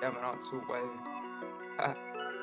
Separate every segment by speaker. Speaker 1: Damn it, I'm too wavy. Uh,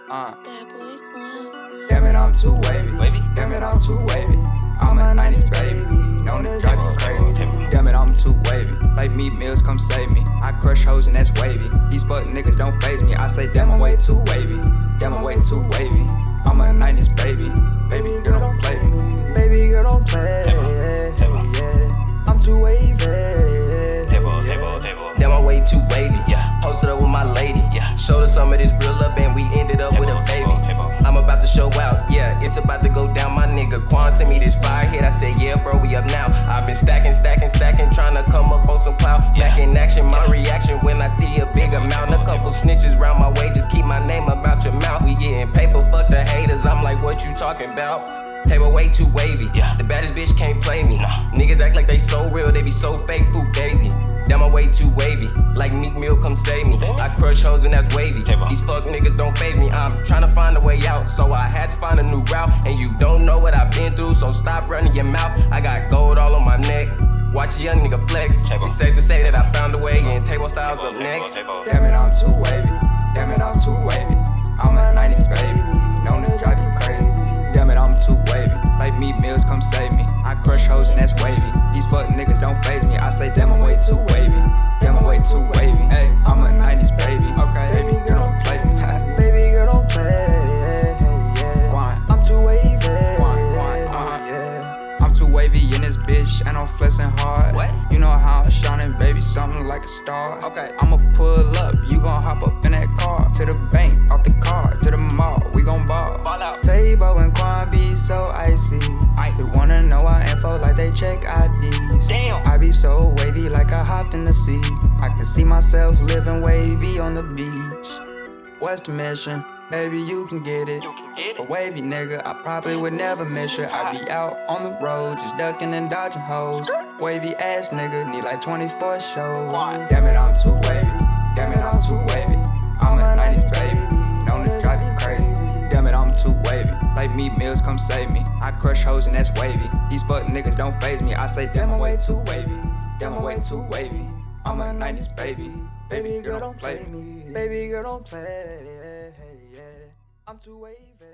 Speaker 1: uh.
Speaker 2: That boy slim.
Speaker 1: Damn it, I'm too wavy.
Speaker 3: Wavy?
Speaker 1: Damn it, I'm too wavy. I'm a 90s baby. Known to drive you crazy. Damn it, I'm too wavy. Like me, Mills, come save me. I crush hoes and that's wavy. These fuck niggas don't phase me. I say, damn, I'm way too wavy. Damn, I'm way too wavy. I'm a 90s baby. Baby, girl, don't play me. Baby, girl, don't play.
Speaker 3: Table, table.
Speaker 1: Yeah, I'm too wavy.
Speaker 3: Table, table, table.
Speaker 4: Damn, I'm way too wavy.
Speaker 3: Yeah.
Speaker 4: Posted up with my lady.
Speaker 3: Yeah.
Speaker 4: Showed her some of this real love and we ended up with a baby.
Speaker 3: Table, table, table.
Speaker 4: I'm about to show out, yeah, it's about to go down, my nigga. Quan sent me this fire hit, I said, yeah, bro, we up now. I've been stacking, stacking, stacking, trying to come up on some clout. Back in action, my reaction when I see a big amount. A couple snitches round my way, just keep my name about your mouth. We getting paper, fuck the haters, I'm like, what you talking about? Table way too wavy.
Speaker 3: Yeah.
Speaker 4: The baddest bitch can't play me. Niggas act like they so real, they be so fake, food daisy. Damn, my way too wavy. Like Meek Mill, come save me.
Speaker 3: Damn.
Speaker 4: I crush hoes and that's wavy.
Speaker 3: Table.
Speaker 4: These fuck niggas don't phase me. I'm tryna find a way out, so I had to find a new route. And you don't know what I've been through, so stop running your mouth. I got gold all on my neck. Watch a young nigga flex.
Speaker 3: Table.
Speaker 4: It's safe to say that I found a way, and table styles up next.
Speaker 3: Table, table.
Speaker 1: Damn it, I'm too wavy. Damn it, I'm too wavy. I'm a 90s baby. Known to drive you crazy. Damn it, I'm too wavy. Like me, Mills, come save me. I crush hoes and that's wavy. These fuck niggas don't phase me. I say, damn, I'm way too wavy. Damn, I'm way too wavy. Hey, I'm a 90s baby. Okay, baby girl, don't play me. baby girl, don't play. I'm too wavy.
Speaker 4: uh?
Speaker 1: Yeah. Uh-huh. I'm too wavy in this bitch and I'm flexing hard.
Speaker 4: What?
Speaker 1: You know how I'm shining, baby, something like a star.
Speaker 4: Okay.
Speaker 1: I'ma pull up, you gon' hop up in that car. To the bank, off the car, to the mall, we gon' ball.
Speaker 3: Ball out.
Speaker 1: Table and Quan be so icy.
Speaker 3: Ice.
Speaker 1: They wanna know our info like they check IDs.
Speaker 3: Damn.
Speaker 1: I be so wavy like I hopped in the sea. I can see myself living wavy on the beach. What's the mission? Baby, you can get it.
Speaker 3: You can get
Speaker 1: A
Speaker 3: it.
Speaker 1: wavy nigga, I probably would never miss her. I be out on the road, just ducking and dodging hoes. Wavy ass nigga, need like 24 shows. Damn it, I'm too wavy. Damn it, I'm too wavy. I'm a 90s baby, known to drive you crazy. Damn it, I'm too wavy. Like me, Mills, come save me. I crush hoes and that's wavy. These fuck niggas don't phase me. I say, damn, I'm way too wavy. Damn, I'm way too wavy. I'm a 90s baby. Baby girl, don't play me. Baby girl, don't play. I'm too wavy.